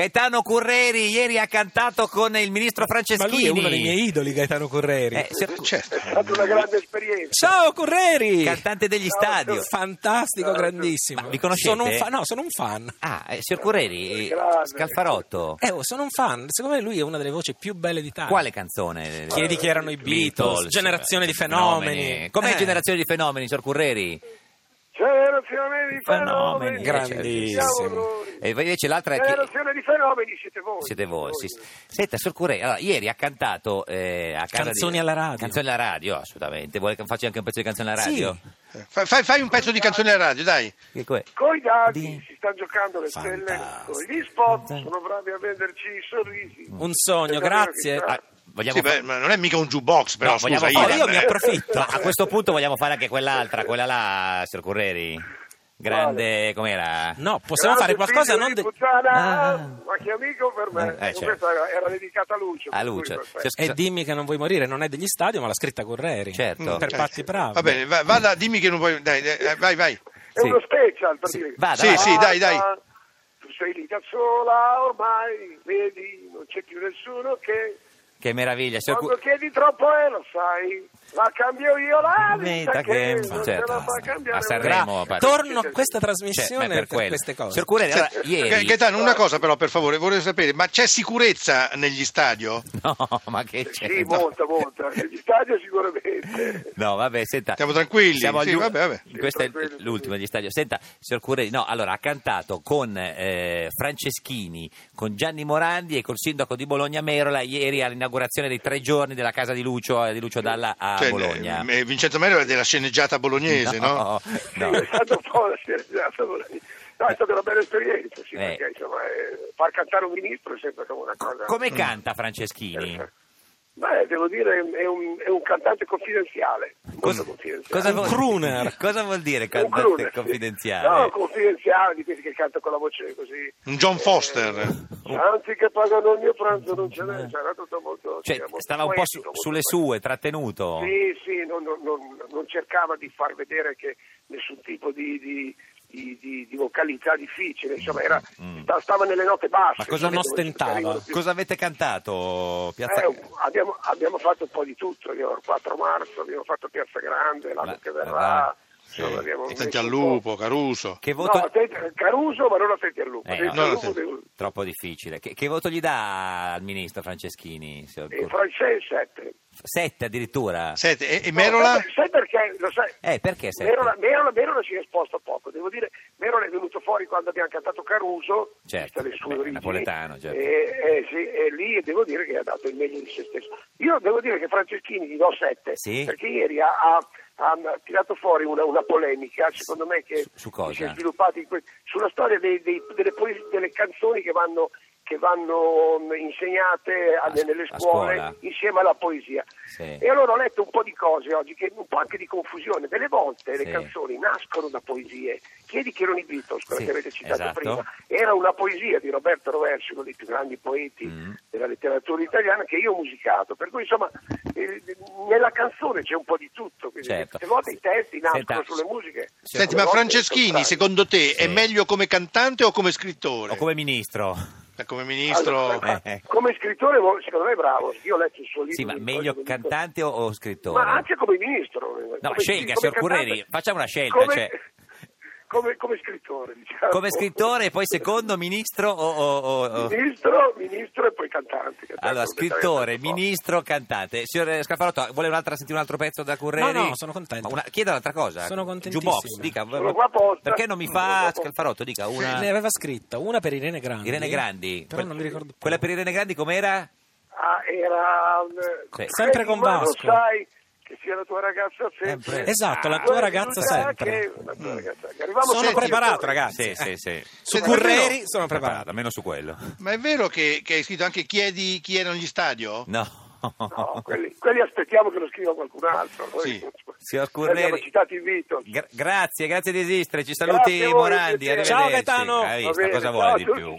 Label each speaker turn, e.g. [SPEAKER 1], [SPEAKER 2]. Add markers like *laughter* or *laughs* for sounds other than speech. [SPEAKER 1] Gaetano Curreri ieri ha cantato con il ministro
[SPEAKER 2] Ma
[SPEAKER 1] Franceschini.
[SPEAKER 2] lui è uno dei miei idoli, Gaetano Correri.
[SPEAKER 1] Eh, signor-
[SPEAKER 3] Certo.
[SPEAKER 4] È stata una grande esperienza.
[SPEAKER 2] Ciao Correri!
[SPEAKER 1] Cantante degli
[SPEAKER 4] Ciao,
[SPEAKER 1] stadio.
[SPEAKER 2] Fantastico, grandissimo.
[SPEAKER 1] Ma vi conoscete?
[SPEAKER 2] Sono un fan, no, sono un fan.
[SPEAKER 1] Ah, eh, signor Curreri, eh,
[SPEAKER 4] Grande.
[SPEAKER 1] Scalfarotto.
[SPEAKER 2] Eh, oh, sono un fan. Secondo me lui è una delle voci più belle d'Italia.
[SPEAKER 1] Quale canzone?
[SPEAKER 2] Chiedi chi erano i Beatles, Generazione di fenomeni.
[SPEAKER 1] Com'è
[SPEAKER 2] Eh.
[SPEAKER 1] Generazione di fenomeni, signor Curreri?
[SPEAKER 4] Generazione di fenomeni.
[SPEAKER 2] Grandissimi.
[SPEAKER 4] Siamo noi.
[SPEAKER 1] E invece l'altra
[SPEAKER 2] Eh,
[SPEAKER 1] è certo, chi-
[SPEAKER 4] Generazione di fenomeni siete voi.
[SPEAKER 1] Siete voi, sì. Senta, signor Curreri, allora, ieri ha cantato eh, a casa
[SPEAKER 2] Canzoni
[SPEAKER 1] di-
[SPEAKER 2] alla radio.
[SPEAKER 1] Canzoni alla radio, assolutamente. Vuole che faccia anche un pezzo di canzoni alla
[SPEAKER 2] Sì.
[SPEAKER 1] radio?
[SPEAKER 3] Fai, fai- fai un pezzo di canzone alla radio, dai.
[SPEAKER 1] Che co-
[SPEAKER 4] Coi dati
[SPEAKER 1] Di-
[SPEAKER 4] si stanno giocando le stelle,
[SPEAKER 2] Fantastico.
[SPEAKER 4] con gli spot sono bravi a venderci i sorrisi.
[SPEAKER 1] Mm.
[SPEAKER 2] Un sogno, grazie.
[SPEAKER 1] Ah, vogliamo
[SPEAKER 3] Sì,
[SPEAKER 1] fa-
[SPEAKER 3] beh, ma non è mica un jukebox, però
[SPEAKER 1] No,
[SPEAKER 3] scusa.
[SPEAKER 1] vogliamo fare-
[SPEAKER 3] Ivan,
[SPEAKER 2] io mi
[SPEAKER 3] eh.
[SPEAKER 2] approfitto.
[SPEAKER 1] No, a questo punto vogliamo fare anche quell'altra, quella là, signor Curreri. Grande, com'era?
[SPEAKER 2] No, possiamo fare
[SPEAKER 4] Grazie,
[SPEAKER 2] qualcosa
[SPEAKER 4] figlio
[SPEAKER 2] non...
[SPEAKER 4] di
[SPEAKER 2] de-
[SPEAKER 4] puttana,
[SPEAKER 1] Ah.
[SPEAKER 4] ma che amico per me.
[SPEAKER 1] Eh, certo.
[SPEAKER 4] Questa era, era dedicata a Lucio.
[SPEAKER 1] A
[SPEAKER 4] per cui
[SPEAKER 1] Lucio.
[SPEAKER 4] perfetto.
[SPEAKER 1] Signor-
[SPEAKER 2] E Eh, dimmi che non vuoi morire, non è degli stadio, ma l'ha scritta Correri.
[SPEAKER 1] Certo.
[SPEAKER 2] Per Patti Bravo.
[SPEAKER 3] Mm, eh, Va bene, va- vada, dimmi che non vuoi... Dai, dai, eh, vai, vai.
[SPEAKER 4] È
[SPEAKER 1] Sì.
[SPEAKER 4] uno special per
[SPEAKER 1] Sì,
[SPEAKER 4] dire.
[SPEAKER 1] vada,
[SPEAKER 3] Sì,
[SPEAKER 1] vada.
[SPEAKER 3] sì, dai, dai.
[SPEAKER 4] Guarda, Tu sei lì da sola ormai, vedi, non c'è più nessuno che...
[SPEAKER 1] Che meraviglia, signor
[SPEAKER 4] Quando
[SPEAKER 1] Curreri.
[SPEAKER 4] chiedi troppo e lo sai, la cambio io la
[SPEAKER 1] Vita
[SPEAKER 4] vita
[SPEAKER 1] che-
[SPEAKER 4] che... non ce
[SPEAKER 1] Certo,
[SPEAKER 4] la fa
[SPEAKER 1] a-
[SPEAKER 4] cambiare
[SPEAKER 1] a Sanremo.
[SPEAKER 4] mai.
[SPEAKER 1] Remo,
[SPEAKER 2] Gra-
[SPEAKER 1] Patti.
[SPEAKER 2] torno a questa
[SPEAKER 1] Cioè, ma
[SPEAKER 2] trasmissione
[SPEAKER 1] è
[SPEAKER 2] per,
[SPEAKER 1] quello.
[SPEAKER 2] queste cose.
[SPEAKER 1] Signor Curreri, allora,
[SPEAKER 3] Ga-
[SPEAKER 1] ieri...
[SPEAKER 3] Gaetano, una cosa però, per favore, volevo sapere, ma c'è sicurezza negli stadio?
[SPEAKER 1] *laughs* No, ma che c'è?
[SPEAKER 4] Sì,
[SPEAKER 1] No.
[SPEAKER 4] molta, molta. Gli stadio sicuramente.
[SPEAKER 1] No, vabbè, senta.
[SPEAKER 3] Siamo tranquilli,
[SPEAKER 1] Siamo
[SPEAKER 3] sì,
[SPEAKER 1] agli-
[SPEAKER 3] vabbè, vabbè.
[SPEAKER 1] Questo è
[SPEAKER 4] tranquilli,
[SPEAKER 1] l'ultimo degli stadio. Senta, signor Curreri, no, allora ha cantato con eh, Franceschini, con Gianni Morandi e col sindaco di Bologna Merola ieri all'inaugurazione dei tre giorni della casa di Lucio, eh, di Lucio Dalla a
[SPEAKER 3] Cioè,
[SPEAKER 1] Bologna.
[SPEAKER 3] eh, Vincenzo Mero è della sceneggiata bolognese, no? *laughs*
[SPEAKER 1] no.
[SPEAKER 4] Sì, è stata un po' una scherziata, volevo dire. No, è stata una bella esperienza, sì,
[SPEAKER 1] Eh.
[SPEAKER 4] perché insomma, eh, far cantare un ministro è sempre come una cosa... Mm.
[SPEAKER 1] Come canta Franceschini?
[SPEAKER 4] Beh, devo dire, è un, è un cantante confidenziale, molto
[SPEAKER 1] Cosa-
[SPEAKER 4] confidenziale.
[SPEAKER 1] cosa
[SPEAKER 2] Un
[SPEAKER 1] vuol-
[SPEAKER 2] crooner.
[SPEAKER 1] Cosa vuol dire
[SPEAKER 4] Un
[SPEAKER 1] cantante
[SPEAKER 4] crooner, sì.
[SPEAKER 1] confidenziale?
[SPEAKER 4] No, confidenziale, di quelli che cantano con la voce così...
[SPEAKER 3] Un John Foster.
[SPEAKER 4] Anzi che pagano il mio pranzo non ce n'è, c'era tutto molto...
[SPEAKER 1] Eh. Cioè,
[SPEAKER 4] sì, molto
[SPEAKER 1] stava un po' su-
[SPEAKER 4] poetico, molto
[SPEAKER 1] sulle
[SPEAKER 4] poetico.
[SPEAKER 1] sue, trattenuto.
[SPEAKER 4] Sì, sì, non, non- non- non cercava di far vedere che nessun tipo di, di, di- di- di vocalità difficile, insomma, era-
[SPEAKER 1] Mm,
[SPEAKER 4] sta- stava nelle note basse.
[SPEAKER 2] Ma cosa non ostentava?
[SPEAKER 4] Arrivano più-
[SPEAKER 1] Cosa avete cantato? Piazza...
[SPEAKER 4] Eh, abbiamo, abbiamo fatto un po' di tutto, abbiamo il 4 marzo, abbiamo fatto Piazza Grande, l'anno
[SPEAKER 1] La-
[SPEAKER 4] che
[SPEAKER 1] verrà,
[SPEAKER 4] verrà, insomma, abbiamo
[SPEAKER 3] Attenti
[SPEAKER 4] messo
[SPEAKER 3] al
[SPEAKER 4] un po'.
[SPEAKER 3] lupo, Caruso.
[SPEAKER 1] Che voto...
[SPEAKER 4] No, attenti- Caruso, ma non attenti al lupo.
[SPEAKER 1] Eh,
[SPEAKER 4] attenti
[SPEAKER 1] no.
[SPEAKER 4] al
[SPEAKER 3] No,
[SPEAKER 4] lupo
[SPEAKER 3] attenti.
[SPEAKER 4] devo-
[SPEAKER 1] Troppo difficile. Che, che voto gli dà al ministro Franceschini? signor
[SPEAKER 4] eh,
[SPEAKER 1] Cur-
[SPEAKER 4] Francesco 7.
[SPEAKER 1] Sette addirittura?
[SPEAKER 3] Senti, e, e Merola?
[SPEAKER 4] sai perché? Lo sai,
[SPEAKER 1] Eh, perché sette?
[SPEAKER 4] Merola, Merola- Merola si è esposto poco, devo dire, Merola è venuto fuori quando abbiamo cantato Caruso,
[SPEAKER 1] Certo,
[SPEAKER 4] viste le sue
[SPEAKER 1] beh,
[SPEAKER 4] origini,
[SPEAKER 1] napoletano, certo.
[SPEAKER 4] e, e sì, e lì devo dire che ha dato il meglio di se stesso. Io devo dire che Franceschini gli do 7,
[SPEAKER 1] Sì.
[SPEAKER 4] perché ieri ha, ha- ha tirato fuori una, una polemica, secondo me, che
[SPEAKER 1] Su- su cosa?
[SPEAKER 4] che si è sviluppata in que- sulla storia dei- dei- delle, poes- delle canzoni che vanno che vanno mh, insegnate a-
[SPEAKER 1] A-
[SPEAKER 4] nelle
[SPEAKER 1] a
[SPEAKER 4] scuole
[SPEAKER 1] scuola.
[SPEAKER 4] insieme alla poesia.
[SPEAKER 1] Sì.
[SPEAKER 4] E allora ho letto un po' di cose oggi, che, un po' anche di confusione. Delle volte
[SPEAKER 1] Sì.
[SPEAKER 4] le canzoni nascono da poesie. Chiedi che erano i Beatles, quella
[SPEAKER 1] Sì,
[SPEAKER 4] che avete citato
[SPEAKER 1] esatto.
[SPEAKER 4] prima. Era una poesia di Roberto Roversi, uno dei più grandi poeti
[SPEAKER 1] Mm.
[SPEAKER 4] della letteratura italiana, che io ho musicato. Per cui, insomma, eh, nella canzone c'è un po' di tutto. Quindi,
[SPEAKER 1] Certo.
[SPEAKER 4] delle volte i testi nascono
[SPEAKER 1] Senta,
[SPEAKER 4] sulle musiche.
[SPEAKER 3] Senti,
[SPEAKER 4] delle
[SPEAKER 3] ma
[SPEAKER 4] volte
[SPEAKER 3] Franceschini,
[SPEAKER 4] il
[SPEAKER 3] secondo te, è
[SPEAKER 1] Sì.
[SPEAKER 3] meglio come cantante o come scrittore?
[SPEAKER 1] O come ministro?
[SPEAKER 3] Eh, come
[SPEAKER 4] contrario.
[SPEAKER 3] ministro?
[SPEAKER 4] Allora, ma-
[SPEAKER 1] eh.
[SPEAKER 4] Come scrittore, vo- secondo me è bravo. Io ho letto il suo libro.
[SPEAKER 1] Sì, ma
[SPEAKER 4] mi
[SPEAKER 1] meglio
[SPEAKER 4] ricordo, mi dico-
[SPEAKER 1] cantante o, o scrittore?
[SPEAKER 4] Ma cioè, anche come ministro. eh,
[SPEAKER 1] No,
[SPEAKER 4] come-
[SPEAKER 1] scelga,
[SPEAKER 4] come
[SPEAKER 1] signor Curreri,
[SPEAKER 4] cantante.
[SPEAKER 1] facciamo una scelta,
[SPEAKER 4] Come,
[SPEAKER 1] cioè.
[SPEAKER 4] *laughs* come- come scrittore, diciamo.
[SPEAKER 1] Come scrittore e poi secondo ministro o... o- o- o-
[SPEAKER 4] Ministro, ministro e poi cantante. cantante
[SPEAKER 1] Allora,
[SPEAKER 4] non mi interessa
[SPEAKER 1] scrittore,
[SPEAKER 4] un po'.
[SPEAKER 1] ministro, cantante. Signor Scaffarotto, vuole un'altra, sentire un altro pezzo da Curreri?
[SPEAKER 2] No, no, sono contento.
[SPEAKER 1] Ma Una, chieda un'altra cosa.
[SPEAKER 2] Sono contentissimo.
[SPEAKER 1] Jukebox, dica.
[SPEAKER 4] Sono qua apposta.
[SPEAKER 1] Perché non mi
[SPEAKER 4] Sono qua
[SPEAKER 1] fa
[SPEAKER 4] apposta.
[SPEAKER 1] Scalfarotto, dica, una...
[SPEAKER 2] Ne aveva scritta una per Irene Grandi.
[SPEAKER 1] Irene Grandi.
[SPEAKER 2] Però
[SPEAKER 1] Que-
[SPEAKER 2] non mi ricordo più.
[SPEAKER 1] Quella per Irene Grandi com'era?
[SPEAKER 4] Ah, era... um,
[SPEAKER 1] Sì.
[SPEAKER 2] Sempre con
[SPEAKER 4] ma lo
[SPEAKER 2] Vasco.
[SPEAKER 4] sai che sia la tua ragazza sempre.
[SPEAKER 1] Sempre.
[SPEAKER 2] Esatto, la
[SPEAKER 4] Ah,
[SPEAKER 2] tua
[SPEAKER 4] tu hai
[SPEAKER 2] ragazza
[SPEAKER 4] fiducia
[SPEAKER 2] sempre.
[SPEAKER 4] che- la
[SPEAKER 1] Mm.
[SPEAKER 4] tua ragazza- che arrivavamo
[SPEAKER 2] Sono
[SPEAKER 4] sempre-
[SPEAKER 2] preparato, ragazzi. Eh.
[SPEAKER 1] Sì, sì, sì.
[SPEAKER 2] Su
[SPEAKER 3] Senti,
[SPEAKER 2] Curreri
[SPEAKER 3] almeno-
[SPEAKER 2] sono preparato.
[SPEAKER 1] almeno su
[SPEAKER 4] *laughs*
[SPEAKER 1] quello.
[SPEAKER 3] Ma è vero che, che hai scritto anche chiedi chi erano gli stadio?
[SPEAKER 1] No.
[SPEAKER 4] No, quelli, quelli aspettiamo che lo scriva qualcun altro. Noi-
[SPEAKER 3] Sì.
[SPEAKER 1] Signor
[SPEAKER 4] noi Abbiamo
[SPEAKER 1] Curreri,
[SPEAKER 4] citato i Beatles.
[SPEAKER 1] gra- grazie, grazie di esistere. Ci saluti
[SPEAKER 4] Grazie a voi,
[SPEAKER 1] Morandi.
[SPEAKER 4] piacere.
[SPEAKER 1] arrivederci.
[SPEAKER 2] Ciao, Gaetano.
[SPEAKER 1] Hai
[SPEAKER 4] Va
[SPEAKER 1] visto
[SPEAKER 4] bene,
[SPEAKER 1] cosa
[SPEAKER 4] ciao
[SPEAKER 1] vuole
[SPEAKER 4] a
[SPEAKER 1] di
[SPEAKER 4] tutti,
[SPEAKER 1] più?